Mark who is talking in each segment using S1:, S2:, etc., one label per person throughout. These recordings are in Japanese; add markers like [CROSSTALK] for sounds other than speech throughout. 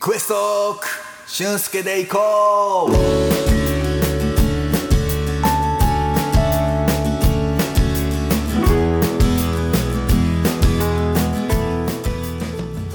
S1: クエストク俊介で行こう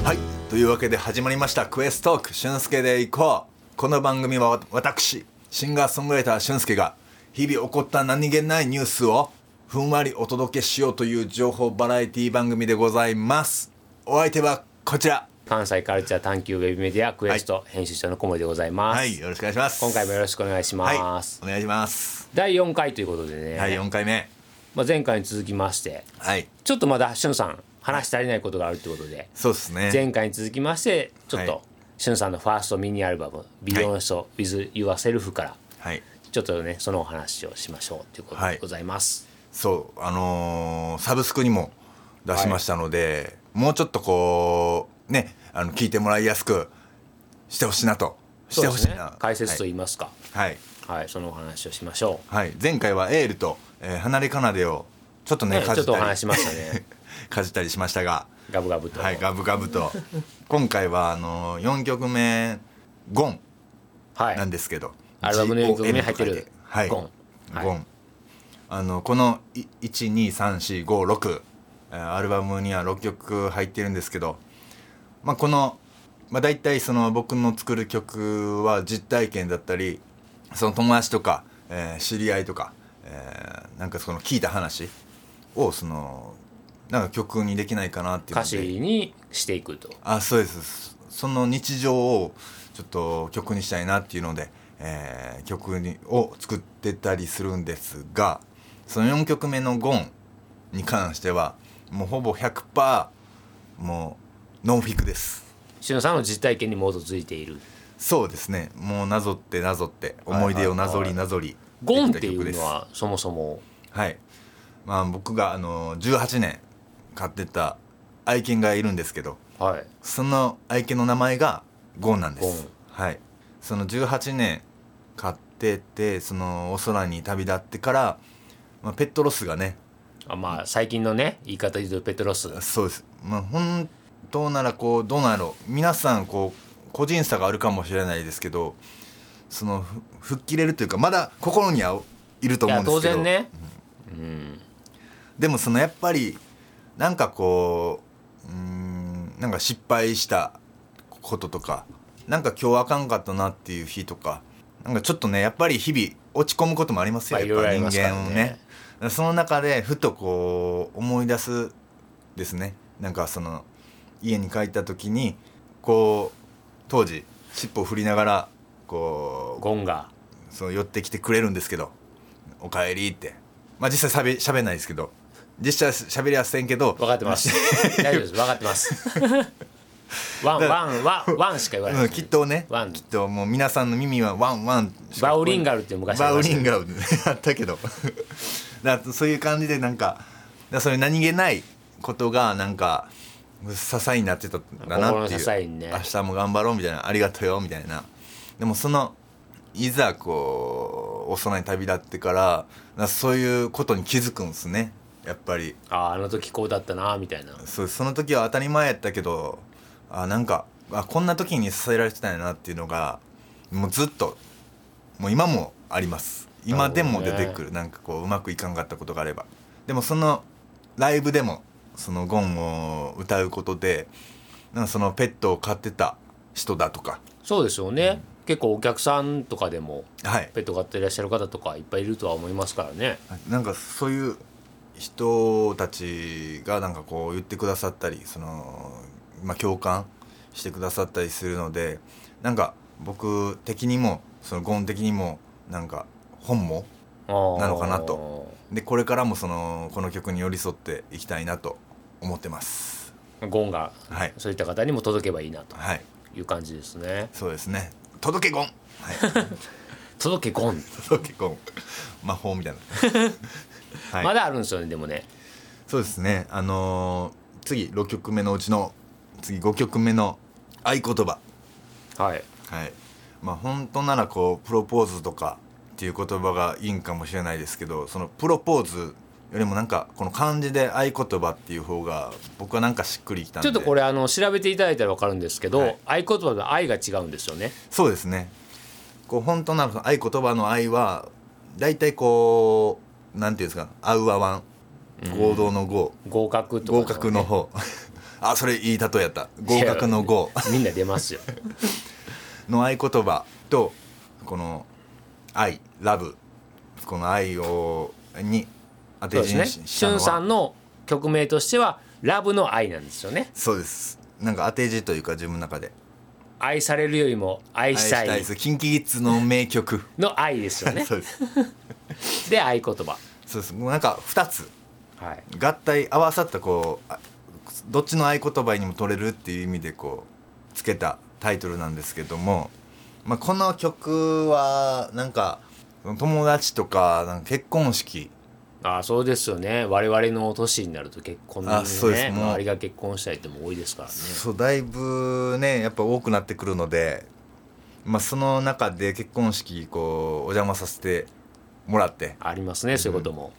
S1: はいというわけで始まりました「クエストーク俊介で行こう」この番組はわ私シンガーソングライター俊介が日々起こった何気ないニュースをふんわりお届けしようという情報バラエティ番組でございますお相手はこちら
S2: 関西カルチャー探求ウェブメディアクエスト、編集長の小森でございます、
S1: はいよろしくお願いします
S2: 今回もよろしくお願いします、
S1: はい、お願いします
S2: 第4回ということでね、
S1: はい4回目
S2: まあ、前回に続きまして
S1: はい
S2: ちょっとまだしゅんさん話し足りないことがあるということで
S1: そうですね
S2: 前回に続きましてちょっ
S1: はい
S2: としゅんさんのファーストミニアルバム「ビヨンスト WithYourself」から
S1: はい
S2: ちょっとねそのお話をしましょうということ
S1: はい
S2: でございます、
S1: そうあのーサブスクにも出しましたので、もうちょっとこうねあの聞いてもらいやすくしてほしいなとし
S2: そう
S1: て
S2: で
S1: ほし
S2: す
S1: い
S2: ね
S1: な、
S2: 解説といいますか
S1: はい、はい
S2: はい、そのお話をしましょう
S1: はい前回はエールと、えー、離れ奏でをちょっとね
S2: ね
S1: か
S2: ち
S1: じ
S2: ょっ
S1: っ
S2: と
S1: た
S2: お
S1: り
S2: 話しましたね
S1: [LAUGHS] かじったりしましたが
S2: ガブガブと、
S1: はいガブガブと今回はあのー、4曲目「ゴン」
S2: はい
S1: なんですけど、
S2: アルバムの
S1: GON
S2: 四曲目入ってる
S1: と書いはい、
S2: ゴンはい
S1: ゴンあのこの123456アルバムには6曲入ってるんですけど、まあ、この、まあ、大体その僕の作る曲は実体験だったりその友達とか、えー知り合いとか、えーなんかその聞いた話をそのなんか曲にできないかなっていうの
S2: 歌
S1: で
S2: 詞にしていくと
S1: あそうですその日常をちょっと曲にしたいなっていうので、えー曲にを作ってたりするんですがその4曲目の「ゴン」に関してはもうほぼ100%もうノンフィクです
S2: しのさんの実体験に基づいている
S1: そうですねもうなぞってなぞって思い出をなぞりなぞり
S2: 「ゴン」って
S1: でき
S2: い
S1: た曲で
S2: う
S1: す
S2: のはそもそも
S1: はいまあ僕があの18年買ってた愛犬がいるんですけど
S2: はい
S1: その愛犬の名前がゴンなんで
S2: ゴン
S1: す。はい。その18年飼ってて、そのお空に旅立ってから、まあ、ペットロスがね、
S2: あまあ最近のね言い方で言うとペトロス
S1: そうです。まあ本当ならこうどうなんやろう。皆さんこう個人差があるかもしれないですけど、そのふ吹っ切れるというかまだ心にはいると
S2: い
S1: 思う
S2: や
S1: んです
S2: 当
S1: けど。
S2: 然ねうん
S1: でもそのやっぱりなんかこううーんなんか失敗したこととかなんか今日あかんかったなっていう日とかなんかちょっとねやっぱり日々落ち込むこともありますよ、
S2: まあ
S1: やっぱ
S2: いろいろあります
S1: 人
S2: から
S1: 間をね
S2: ね
S1: その中でふとこう思い出すですねなんかその家に帰った時にこう当時尻尾を振りながらこう
S2: ゴンが
S1: その寄ってきてくれるんですけど「おかえり」ってまあ実際しゃべしゃべんないですけど実際しゃべりはせんけど
S2: 分かってます
S1: [LAUGHS]
S2: 大丈夫です分かってますワンワンワンワンしか言わな
S1: う
S2: い
S1: んきっとね
S2: ワン
S1: きっともう皆さんの耳はワンワンしか
S2: バウリンガルって昔あ
S1: バ
S2: り
S1: ウ
S2: ま
S1: リ
S2: し
S1: ンガル [LAUGHS] あったけどだからそういう感じでなんかだからそういう何気ないことがなんか支えになってたんだなっていう
S2: 心の支えにね
S1: 明日も頑張ろうみたいなありがとうよみたいなでもそのいざこうお空に旅立ってからなんかそういうことに気づくんですねやっぱり
S2: あーあの時こうだったなみたいな
S1: そうその時は当たり前やったけどあなんかあこんな時に支えられてたんやなっていうのがもうずっともう今もあります今でも出てくるなんかこううまくいかんかったことがあればでもそのライブでもそのゴンを歌うことでなんかそのペットを飼ってた人だとか
S2: そうですよね結構お客さんとかでも
S1: はい
S2: ペット飼っていらっしゃる方とかいっぱいいるとは思いますからね
S1: なんかそういう人たちがなんかこう言ってくださったりその、まあ、共感してくださったりするのでなんか僕的にもそのゴン的にもなんか本も
S2: なの
S1: のかなとでこれからもそのこの曲に寄り添っていきたいなと思ってます
S2: ゴンが
S1: はい
S2: そういった方にも届けばいいなと
S1: はい
S2: いう感じですね。
S1: そうですね届けゴン、はい、
S2: 届けゴン、
S1: 届けゴン魔法みたいな、はい
S2: まだあるんですよねでもね。
S1: そうですね。あのー次6曲目のうちの次5曲目の合言葉。
S2: はい。
S1: はい。まあ本当ならこうプロポーズとかっていう言葉がいいんかもしれないですけど、そのプロポーズよりもなんかこの漢字で合言葉っていう方が僕はなんかしっくりきたん
S2: ち
S1: で
S2: ょっとこれあの調べていただいたら分かるんですけど、
S1: はい
S2: 合言葉の「愛」が違うんですよね
S1: そうですねこう本当なの合言葉の愛は大体こうなんていうんですか合う合わん合同の合、
S2: 合格とか
S1: 合格の方 [LAUGHS] あそれいい例えやった合格の合
S2: みんな出ま
S1: [LAUGHS]
S2: すよ
S1: の合言葉とこの愛ラブこの愛をに当
S2: そう
S1: て
S2: で
S1: 字
S2: す
S1: に
S2: ね
S1: ししたの
S2: 俊
S1: は
S2: さんの曲名としては「ラブの愛」なんですよね
S1: そうですなんか当て字というか自分の中で
S2: 愛されるよりも愛したい
S1: ですキンキキッズの名曲
S2: の愛ですよ
S1: [LAUGHS]
S2: ね
S1: そうです
S2: で合言
S1: [LAUGHS]
S2: 葉
S1: そうですもうなんか2つ
S2: はい
S1: 合体合わさったこうあどっちの合言葉にも取れるっていう意味でこうつけたタイトルなんですけども、まあ、この曲はなんか友達とかなんか結婚式
S2: ああそうですよね我々の年になると結婚
S1: あそうです
S2: ね
S1: もう
S2: 周りが結婚したいっても多いですからね
S1: そうだいぶねやっぱ多くなってくるので、まあ、その中で結婚式こうお邪魔させてもらって
S2: ありますねそういうことも、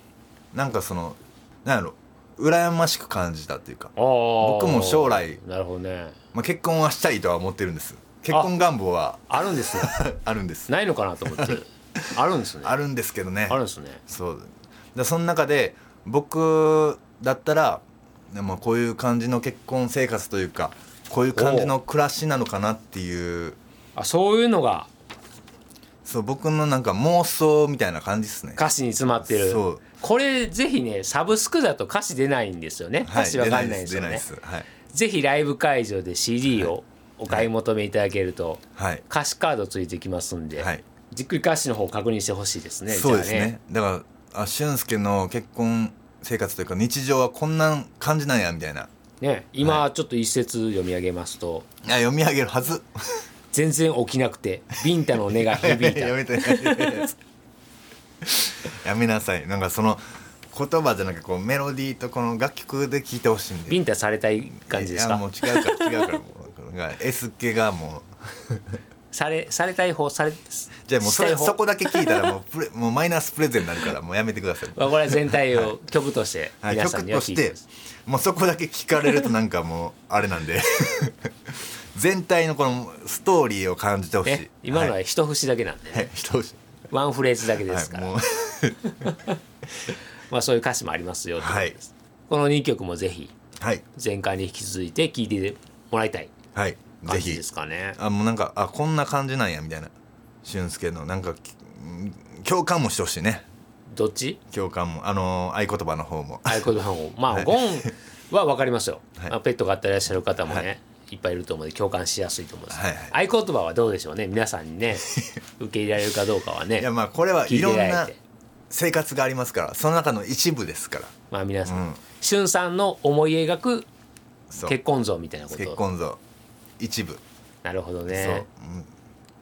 S1: なんかそのなんやろ羨ましく感じたっていうか、
S2: ああ
S1: 僕も将来
S2: なるほどね
S1: まあ、結婚はしたいとは思ってるんです結婚願望は
S2: あるんですね
S1: [LAUGHS] あるんです
S2: ないのかなと思ってあるんですね
S1: [LAUGHS] あるんですけどね
S2: あるんですね
S1: そうだその中で僕だったら、まあ、こういう感じの結婚生活というかこういう感じの暮らしなのかなっていう
S2: あそういうのが
S1: そう僕のなんか妄想みたいな感じですね
S2: 歌詞に詰まってる
S1: そう
S2: これぜひねサブスクだと歌詞出ないんですよね歌詞わかんないんです
S1: 出
S2: よ
S1: ない
S2: ね、
S1: です出ないです
S2: ぜひライブ会場で CD をお買い求めいただけると、
S1: はい
S2: 歌詞カードついてきますんで、
S1: はい、はい
S2: じっくり歌詞の方確認してほしいですね
S1: そうです
S2: じゃあ
S1: ねだからあ俊介の結婚生活というか日常はこんな感じなんやみたいな
S2: ね今ちょっと一節読み上げますと、
S1: あ読み上げるはず
S2: 全然起きなくてビンタの音が響い
S1: [LAUGHS]
S2: た
S1: やめてやめてやめなさいなんかその言葉じゃなくてこうメロディーとこの楽曲で聴いてほしいんで
S2: ビンタされたい感じです
S1: いやも
S2: か
S1: う違うから違うからもうなんか S 系がもう
S2: されされたい方され
S1: じゃあもうそれ
S2: したい方
S1: そこだけ聞いたらもうプレもうマイナスプレゼンになるからもうやめてください、
S2: まあこれは全体を曲として
S1: はい、
S2: 皆さ
S1: 曲
S2: んには
S1: と
S2: 聞
S1: し
S2: いて
S1: て
S2: ます、
S1: もうそこだけ聞かれるとなんかもうあれなん
S2: [LAUGHS]
S1: で全体のこのストーリーを感じてほしい
S2: ね、今の
S1: は、
S2: はい一節だけなんで、ね
S1: はい、 [LAUGHS] してほしい
S2: ワンフレーズだけですから、
S1: はい、もう
S2: まあ、そういう歌詞もありますよということです、この2曲もぜひ
S1: はい
S2: 前回に引き続いて聴いてもらいたい
S1: はい
S2: 感
S1: ぜ
S2: じ
S1: ひ
S2: ですかね
S1: あもうなんかあこんな感じなんやみたいな俊介のなんかきうん共感もしてほしいね
S2: どっち
S1: 共感もあのー合言葉の方も
S2: ああいうことをまあ、ゴンは分かりますよ、
S1: はい
S2: まあ、ペットがってらっしゃる方もね、いっぱいいると思うので共感しやすいと思うんです、
S1: はいはい
S2: 合言葉はどうでしょうね皆さん
S1: [LAUGHS]
S2: にね受け入れられるかどうかはいね
S1: やまあこれは
S2: 聞い
S1: い
S2: てい
S1: ろん
S2: ただい
S1: な
S2: て
S1: 生活がありますからその中の一部ですから
S2: まあ皆さん、
S1: うん
S2: しゅんさんの思い描く
S1: そう
S2: 結婚像みたいなこと
S1: 結婚像一部、
S2: なるほどね
S1: そう、うん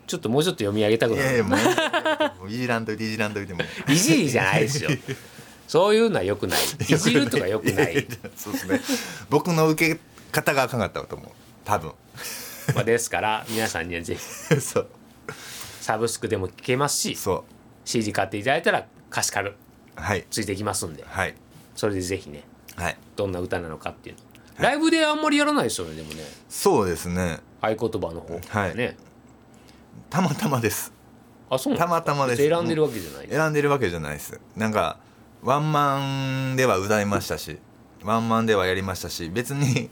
S2: ちょっともうちょっと読み上げたく
S1: い
S2: な
S1: やい
S2: る
S1: やもうもういじらんといていじらんといてもう
S2: いじりじゃないですよそういうのはよくないいじるとかよく
S1: [LAUGHS]
S2: な
S1: や
S2: い
S1: ややそうですね僕の受け方があかんかったと思う多分 [LAUGHS]
S2: まあですから皆さんにはぜひ
S1: そう
S2: サブスクでも聞けますし
S1: そ
S2: CD 買っていただいたら歌詞から
S1: うはい
S2: ついてきますんで
S1: はい
S2: それでぜひね
S1: はい
S2: どんな歌なのかっていうのライブであんまりやらないですよねでもね
S1: そうですね
S2: 合言葉の方
S1: はい
S2: ね
S1: たまたまです
S2: あそうな
S1: た
S2: んで
S1: またますで
S2: か
S1: す
S2: 選んでるわけじゃない
S1: 選んでるわけじゃないですなんかワンマンでは歌いましたしワンマンではやりましたし別に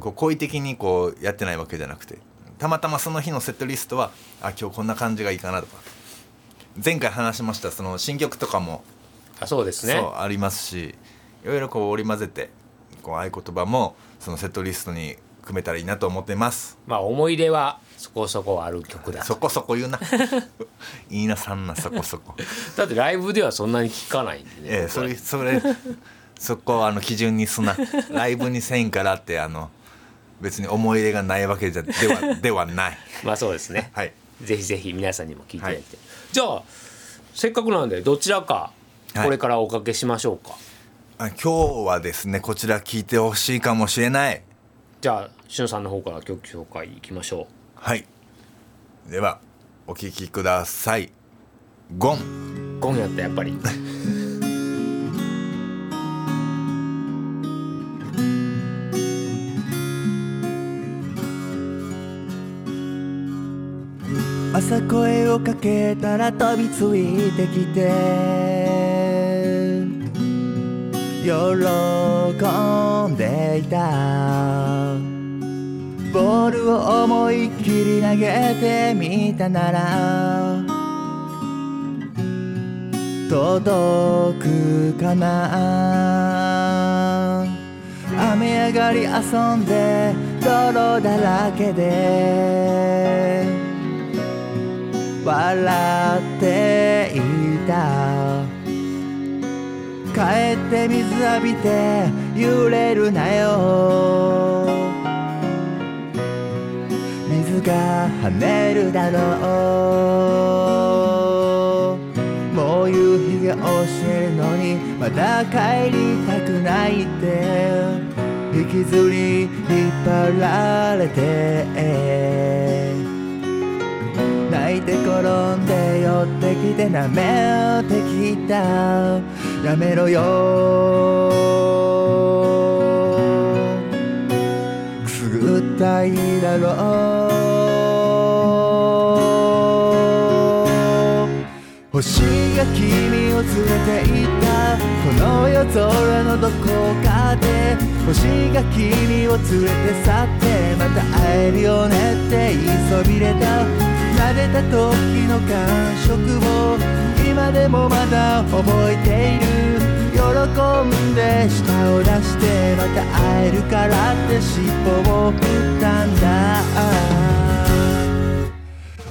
S1: こう好意的にこうやってないわけじゃなくてたまたまその日のセットリストはあ今日こんな感じがいいかなとか前回話しましたその新曲とかも、
S2: あそうですね
S1: そうありますしいろいろこう織り交ぜてこう合言葉もそのセットリストに組めたらいいなと思ってます
S2: まあ思い入れはそこそこある曲だ
S1: そこそこ言うな [LAUGHS] いいなさんなそこそこ
S2: だってライブではそんなに聞かないんでね
S1: ええ
S2: 僕
S1: そ
S2: は
S1: れそれそこはあの基準にす
S2: [LAUGHS]
S1: なライブにせんからってあの別に思い入れがないわけじゃではでは
S2: [LAUGHS]
S1: ない
S2: まあそうですね
S1: はい
S2: ぜひぜひ皆さんにも聞いていただいて、じゃあせっかくなんでどちらか
S1: はい
S2: これからおかけしましょうか、
S1: あ今日はですねこちら聞いてほしいかもしれない
S2: じゃあしゅんさんの方から曲紹介いきましょ
S1: はいではお聞きくださいゴン
S2: うゴンやったやっぱり
S3: 朝声をかけたら飛びついてきて喜んでいたボールを思いっきり投げてみたなら届くかな雨上がり遊んで泥だらけで笑っていた帰って水浴びて揺れるなよ水が跳ねるだろうもう夕日が教えるのにまだ帰りたくないって引きずり引っ張られて泣いて転んで寄ってきて舐めてきたやめろよくすぐったいだろう星が君を連れていったこの夜空のどこかで星が君を連れて去ってまた会えるよねって言いそびれた撫でた時の感触を今でもまだ覚えている喜んで舌を出してまた会えるからって尻尾を振ったんだ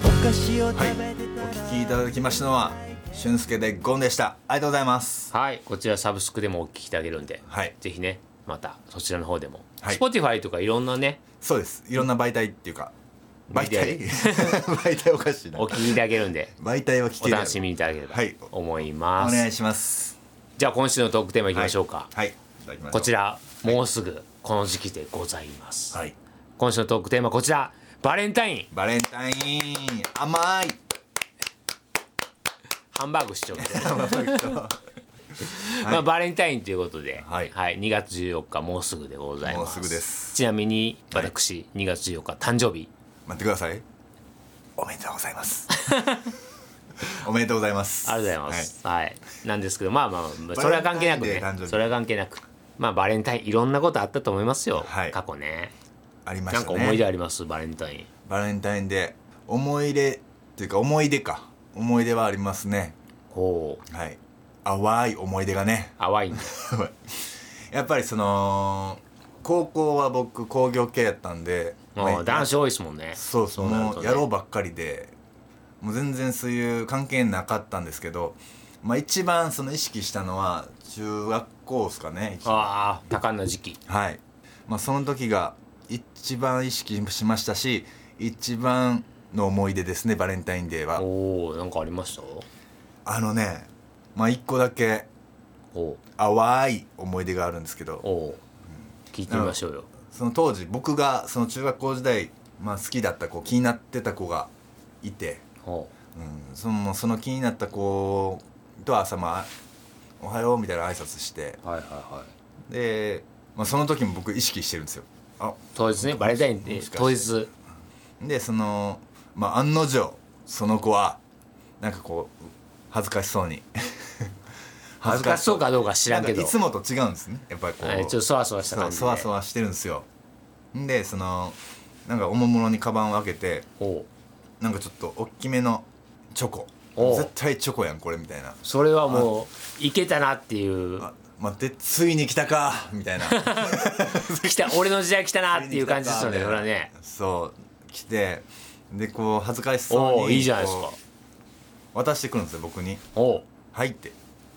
S3: お菓子を食べてたら、
S1: お聞きいただきましたのは俊介でゴンでしたありがとうございます
S2: はいこちらサブスクでもお聞きいただけるんで、
S1: はい
S2: ぜひねまたそちらの方でも、
S1: はい
S2: Spotify とかいろんなね
S1: そうですいろんな媒体っていうか媒体
S2: 媒体 [LAUGHS]
S1: 媒体おかしいな
S2: お聞きいただけるんで
S1: 媒体は聞
S2: お
S1: けない
S2: 楽しみいただければ
S1: はい
S2: と思い
S1: お
S2: ます、
S1: 願いします
S2: じゃあ今週のトークテーマいきましょうか、
S1: はいいただきましょう
S2: こちらもうすぐこの時期でございます、
S1: はい
S2: 今週のトークテーマこちらバレンタイン
S1: バレンタイン甘い [LAUGHS]
S2: ハンバーグ市長みたいな
S1: はい
S2: まあ、バレンタインということで、
S1: はい
S2: 2月14日もうすぐでございます
S1: もうすぐです
S2: ちなみに私、2月14日誕生日
S1: 待ってくださいおめでとうございます
S2: [LAUGHS]
S1: おめでとうございます
S2: ありがとうございます、はいなんですけどまあまあまあそれは関係なく
S1: バレン
S2: ね
S1: タインデー誕生日
S2: それは関係なくまあバレンタインいろんなことあったと思いますよ、
S1: はい
S2: 過去ね
S1: はいありまし
S2: な
S1: た
S2: ん
S1: ね
S2: か思い出ありますバレンタイン
S1: バレンタインで思い出というか思い出か思い出はありますね
S2: ほう
S1: はい淡い思い出がね [LAUGHS]
S2: 淡いんだ
S1: やっぱりその高校は僕工業系やったんでま
S2: も
S1: あ
S2: う男子多いですもんね
S1: そうそう
S2: なる
S1: も
S2: と
S1: う
S2: ね
S1: やろうばっかりでもう全然そういう関係なかったんですけど、まあ、一番その意識したのは中学校ですかね
S2: ああ多感な時期
S1: はい、まあ、その時が一番意識しましたし一番の思い出ですねバレンタインデーは
S2: おおなんかありました
S1: あのねまあ一個だけ
S2: おう
S1: 淡い思い出があるんですけど
S2: おう聞いてみましょうよ
S1: その当時僕がその中学校時代、まあ、好きだった子気になってた子がいて、
S2: おう
S1: うん、そのその気になった子と朝まあ「おはよう」みたいな挨拶して
S2: はいはいはい
S1: で、まあ、その時も僕意識してるんですよあ
S2: 当日ねバレンタインって
S1: もしかして
S2: 当日
S1: でその、まあ、案の定その子はなんかこう恥ずかしそうに
S2: [LAUGHS] 恥ずかしそうかどうか知らんけ
S1: な
S2: ど
S1: んかいつもと違うんですねやっぱりこう、
S2: はいちょっとそわそわした感じで
S1: そうそわそわしてるんですよんでそのなんかおもむろにカバンを開けて
S2: おう
S1: なんかちょっと大きめのチョコ
S2: おう
S1: 絶対チョコやんこれみたいな
S2: それはもういけたなっていう
S1: あ待ってついに来たかみたいな [LAUGHS]
S2: 来た俺の時代来たなっていう感じ
S1: [LAUGHS]
S2: ですよ
S1: つい
S2: ね
S1: に来たか
S2: それはね
S1: そう来てでこう恥ずかし
S2: お
S1: そう
S2: う
S1: に
S2: いいじゃないですか
S1: こう渡してくるんですよ僕に
S2: おう
S1: 「はい」って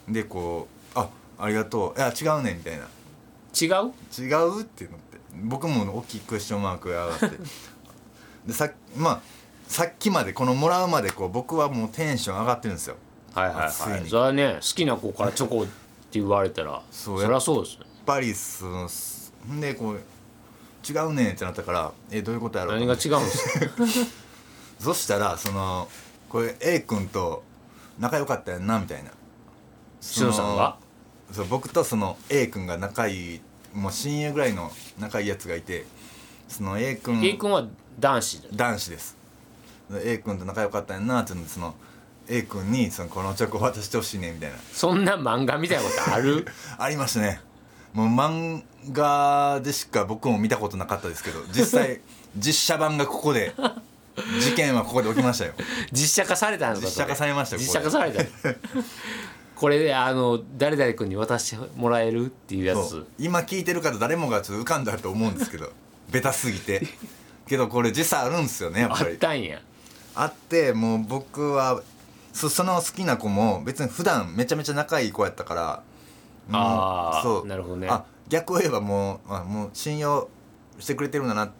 S1: でこう「あありがとういや違うね」みたいな
S2: 違う
S1: 違うってなって僕も大きいクエスチョンマークが上がって [LAUGHS] でさっまあさっきまでこのもらうまでこう僕はもうテンション上がってるんですよ
S2: はいはい
S1: つい
S2: はい
S1: に
S2: それはね好きな子からチョコって言われたら
S1: そ
S2: そうりゃそうですよ
S1: やっぱりそのすんでこう「違うね」ってなったから「えどういうことやろうと
S2: 何
S1: 思
S2: が
S1: って
S2: 違うんですか
S1: そしたらそのこれ A 君と仲良かったやんなみたいな
S2: しのさんが
S1: そう僕とその A 君が仲いいもう親友ぐらいの仲いいやつがいてその A 君
S2: A 君は男子だ
S1: 男子です A 君と仲良かったんやなっていうのでその A 君にそのこのチョコ渡してほしいねみたいな
S2: そんな漫画みたいなこと
S1: [LAUGHS]
S2: ある
S1: ありましたねもう漫画でしか僕も見たことなかったですけど実際実写版がここで事件はここで起きましたよ
S2: 実写化されたのかそれ
S1: 実写化されましたよこれ
S2: 実写化されたこれであの誰々君に渡してもらえるっていうや
S1: そ
S2: つ
S1: う今聞いてる方誰もがちょっと浮かんだと思うんですけど [LAUGHS] ベタすぎてけどこれ実際あるんですよねやっ
S2: あ
S1: ぱ
S2: っ
S1: り
S2: たんや
S1: あってもう僕はそその好きな子も別に普段めちゃめちゃ仲いい子やったからうん
S2: あーなるほどね
S1: あ逆を言えばもうあもう信用してくれてるんだ
S2: [LAUGHS]
S1: な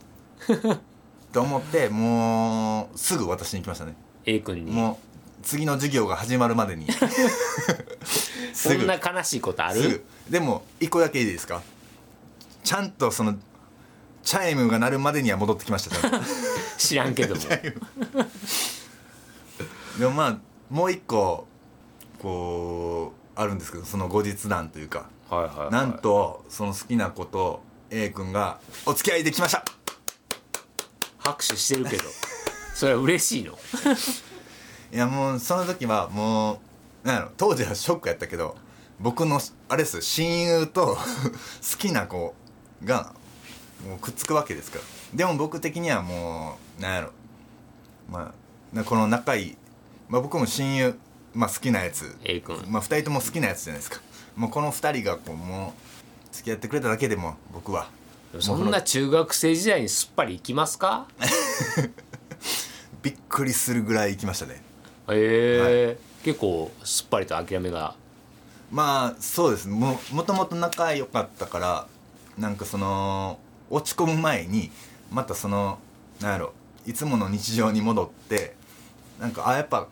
S1: と思ってもうすぐ渡しに行きましたね
S2: A 君に
S1: もう次の授業が始まるまでに
S2: そ
S1: すぐ
S2: んな悲しいことあ
S1: すぐ
S2: る
S1: でも一個だけいいですかちゃんとそのチャイムが鳴るまでには戻ってきましたちゃん
S2: [LAUGHS]
S1: と
S2: 知ら
S1: [LAUGHS]
S2: んけども
S1: でもまあもう一個こうあるんですけどその後日談というか
S2: はいはいはい
S1: なんとその好きな子と A 君がお付き合いできました
S2: 拍手してるけど [LAUGHS] それは嬉しいの
S1: いやもうその時はもうなんやろ当時はショックやったけど僕のあれです親友と [LAUGHS] 好きな子がもうくっつくわけですからでも僕的にはもうなんやろまあなこの仲いい、まあ、僕も親友、まあ、好きなやつ
S2: A 君
S1: まあ、2人とも好きなやつじゃないですかもうこの2人がこうもう付き合ってくれただけでも僕は
S2: そんな中学生時代にすっぱり行きますか
S1: びっくりするぐらい行きましたね
S2: へえ、結構すっぱりと諦めが
S1: まあそうですももともと仲良かったからなんかその落ち込む前にまたそのなんやろいつもの日常に戻ってなんかあやっぱ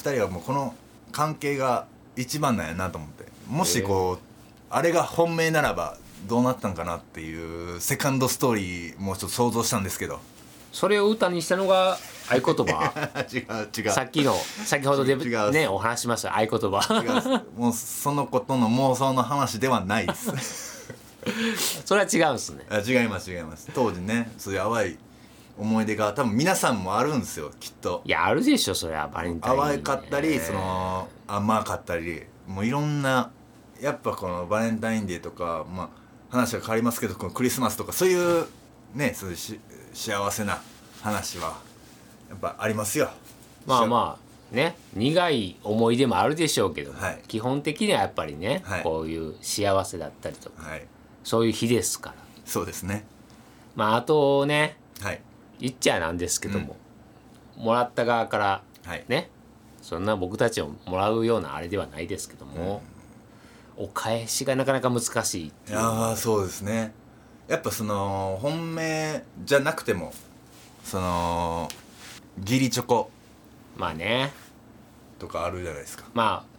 S1: 2人はもうこの関係が一番なんやなと思ってもしこう、あれが本命ならばどうなったんかなっていうセカンドストーリーもうちょっと想像したんですけど
S2: それを歌にしたのが合言葉
S1: [LAUGHS] 違う [LAUGHS] 違う
S2: さっきの先ほどで
S1: 違う
S2: ねお話ししました合言葉
S1: 違うもうそのことの妄想の話ではないです
S2: [LAUGHS] それは違うんですね
S1: あ違います違います当時ねそういう淡い思い出が多分皆さんもあるんですよきっと
S2: いやあるでしょそれはバレンタイン
S1: 淡いかったりその甘かったりもういろんなやっぱこのバレンタインデーとか、まあ、話が変わりますけどこのクリスマスとかそういうねそういうし幸せな話はやっぱありますよ
S2: まあまあね苦い思い出もあるでしょうけども、
S1: はい基
S2: 基本的にはやっぱりね、
S1: はい
S2: こういう幸せだったりとか
S1: はい
S2: そういう日ですから
S1: そうですね
S2: まああとね
S1: はい
S2: 言っちゃなんですけども、もらった側から
S1: はい
S2: ねそんな僕たちをもらうようなあれではないですけども、お返しがなかなか難しいって
S1: い
S2: いう
S1: やーそうですねやっぱその本命じゃなくてもその義理チョコ
S2: まあね
S1: とかあるじゃないですか
S2: まあ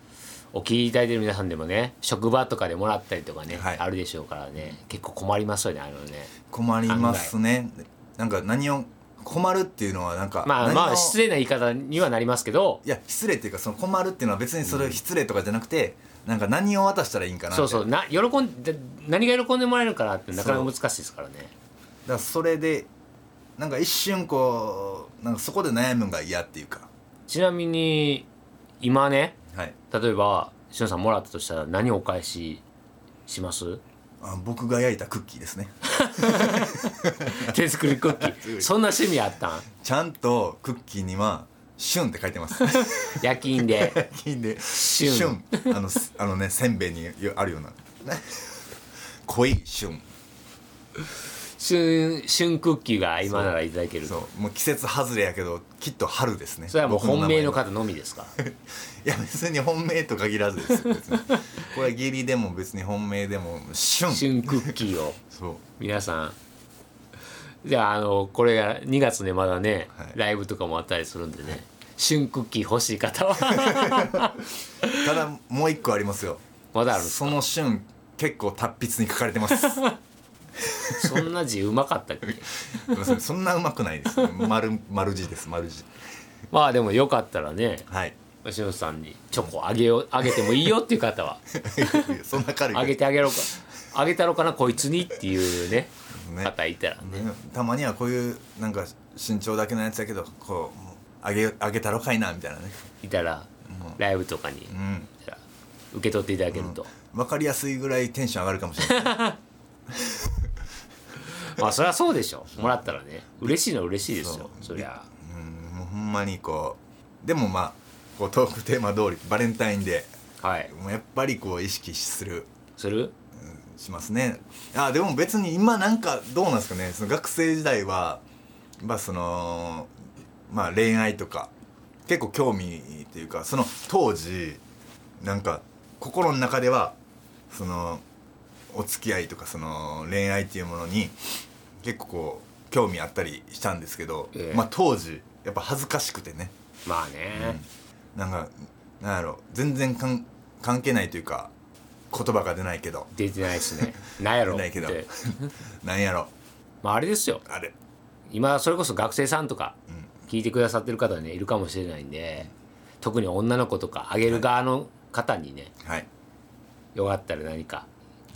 S2: お聞きいただいてる皆さんでもね職場とかでもらったりとかね、
S1: はい
S2: あるでしょうからね結構困りますよねあのね
S1: 困りますねなんか何を困るっていうのはなんか
S2: まあ
S1: 何を
S2: まあ失礼な言い方にはなりますけど
S1: いや失礼っていうかその困るっていうのは別にそれ失礼とかじゃなくて、なんか何を渡したらいいんかなって
S2: そうそうな喜んで何が喜んでもらえるかなってなかな
S1: そう
S2: か難しいですからね
S1: だからそれでなんか一瞬こうなんかそこで悩むのが嫌っていうか
S2: ちなみに今ね
S1: はい
S2: 例えばしのさんもらったとしたら何お返しし
S1: [LAUGHS]
S2: ます
S1: あ僕が焼いたクッキーですね
S2: 手作りクッキーそんな趣味あったん
S1: ちゃんとクッキーには「シュン」って書いてます
S2: 夜
S1: [LAUGHS]
S2: 勤で
S1: いいんで「
S2: シ
S1: シュ
S2: ュン
S1: ン」あのすあのねせんべいにあるような [LAUGHS] 濃い「シュン」
S2: 旬旬クッキーが今ならいただけるそ
S1: そうもう季節外れやけどきっと春ですね
S2: それはもう
S1: 僕名
S2: 本
S1: 前
S2: 命の方のみで
S1: [LAUGHS]
S2: すか
S1: いや別に本命と限らずですよ別にこれは義理でも別に本命でもシュン
S2: 旬クッキーを
S1: そう
S2: 皆さんじゃああのこれが2月ねまだね、
S1: はい
S2: ライブとかもあったりするんでね旬クッキー欲しい方は
S1: [LAUGHS] ただもう一個ありますよ
S2: まだあるんです
S1: そのシュン結構達筆に書かれてますすい
S2: そんな字うまかったっけ
S1: ませんそんなうまくないです丸丸字です丸字
S2: まあでもよかったらね
S1: はい [LAUGHS]
S2: しのさんにチョコあげようあげてもいいよっていう方は
S1: そんな軽い
S2: あげてあげろかあげたろかなこいつにっていうね
S1: ね
S2: 方いたら
S1: ねたまにはこういうなんか身長だけのやつだけどこうもうあげあげたろかいなみたいなね、
S2: いたら、ライブとかに、
S1: うん、
S2: 受け取っていただけると、
S1: 分かりやすいぐらいテンション上がるかもしれないね
S2: まあそりゃそうでしょもらったらね嬉しいのは嬉しいですよそりゃ
S1: うんもうほんまにこうでもまあこうトークテーマ通りバレンタインデ
S2: はい
S1: ーもうやっぱりこう意識する
S2: する
S1: しますねあでも別に今なんかどうなんですかねその学生時代はまあそのまあ恋愛とか結構興味っていうかその当時なんか心の中ではそのお付き合いとかその恋愛っていうものに結構こう興味あったりしたんですけど、
S2: ええ
S1: まあ当時やっぱ恥ずかしくてね
S2: まあね、
S1: なんかなんやろ全然かん関係ないというか言葉が出ないけど
S2: 出てないですねなんやろ
S1: な
S2: っ
S1: いけど
S2: て
S1: [LAUGHS] なんやろ
S2: まああれですよ
S1: あれ
S2: 今それこそ学生さんとか聞いてくださってる方ねいるかもしれないんで特に女の子とかあげる側の方にね、
S1: はい [LAUGHS]
S2: よかったら何か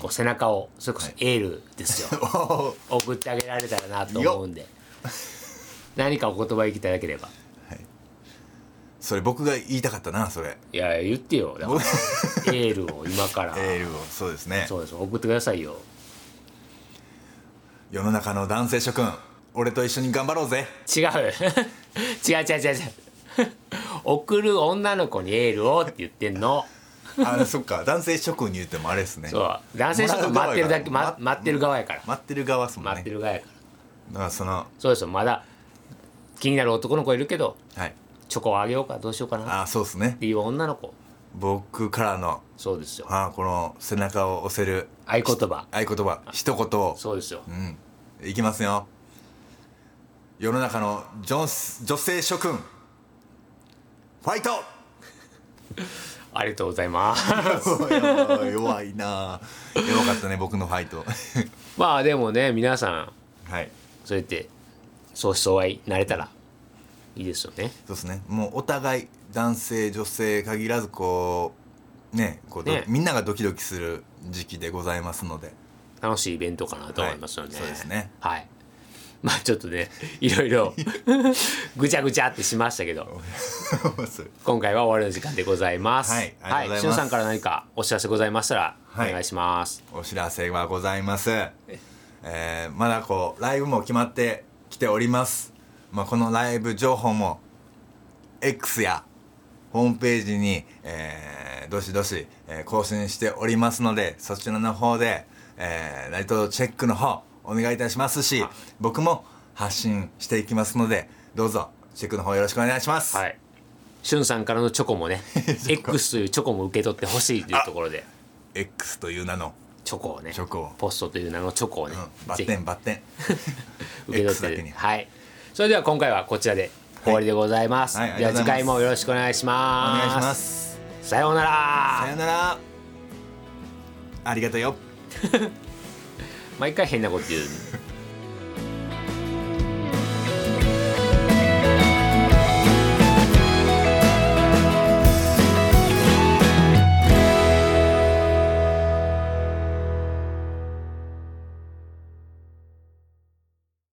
S2: こう背中をそれこそエールですよ、
S1: [LAUGHS] おー
S2: 送ってあげられたらなと思う
S1: [LAUGHS]
S2: んで何かお言葉いただければ
S1: それ僕が言いたかったなそ
S2: [LAUGHS]
S1: れ
S2: いや言ってよだからエールを今から
S1: [LAUGHS] エールをそうですね
S2: そうです送ってくださいよ
S1: 世の中の男性諸君俺と一緒に頑張ろうぜ
S2: 違う [LAUGHS] 違う違う違う違 [LAUGHS] う送る女の子にエールをって言ってんの [LAUGHS]
S1: あそっか男性諸君に言ってもあれですね
S2: そう男性諸君
S1: もら
S2: 待
S1: う側
S2: ってるだけ、
S1: や
S2: ま
S1: から、
S2: 待ってる側やから
S1: 待ってる側っすもん
S2: 待
S1: ね
S2: ってる側やから
S1: だからその
S2: そうですよまだ気になる男の子いるけど
S1: はい
S2: チョコをあげようかどうしようかなっ
S1: あそうですね
S2: ていう女の子
S1: 僕からの
S2: そうですよ
S1: あこの背中を押せる
S2: 合言葉
S1: 合言葉一言を
S2: そうですよ
S1: うんいきますよ世の中のジョンス女性諸君ファイ [LAUGHS] ト
S2: ありがとうございます [LAUGHS]
S1: 弱い弱いな弱かったね僕のファイト
S2: まあでもね皆さん
S1: [LAUGHS] はい
S2: そうやって相思相愛になれたらいいですよね
S1: そうですねもうお互い男性女性限らずこうねこうど
S2: ね
S1: みんながドキドキする時期でございますの [LAUGHS] で
S2: 楽しいイベントかなと思いますよね、
S1: はいそうですね
S2: はいまあちょっとねいろいろ [LAUGHS] ぐちゃぐちゃってしましたけど今回は終わりの時間でございます
S1: はいありがとうございます
S2: しゅんさんから何かお知らせございましたらお
S1: はい
S2: 願いします、
S1: お知らせはございます、えーまだこうライブも決まってきております、まあ、このライブ情報も X やホームページに、えーどしどし、えー更新しておりますのでそちらの方で、えーライトチェックの方お願いいたしますし僕も発信していきますのでどうぞチェックの方よろしくお願いします、
S2: はいしゅんさんからのチョコ
S1: [LAUGHS]
S2: もね X というチョコも受け取ってほしいというところで
S1: X という名の、
S2: チョコをね
S1: チョコを
S2: ポストという名のチョコをね、
S1: うん、バッ
S2: ぜ
S1: テ
S2: ひ
S1: ンバッテン
S2: 受け
S1: X だ
S2: 取っ
S1: け
S2: て
S1: に
S2: はいそれでは今回はこちらで終わりでございます、
S1: はいはい
S2: では
S1: ありがと
S2: 次
S1: うございます
S2: 回もよろしくお願いし
S1: お
S2: ます
S1: 願いします
S2: さようなら
S1: さよならありがとうよ
S2: 毎回変なこと言う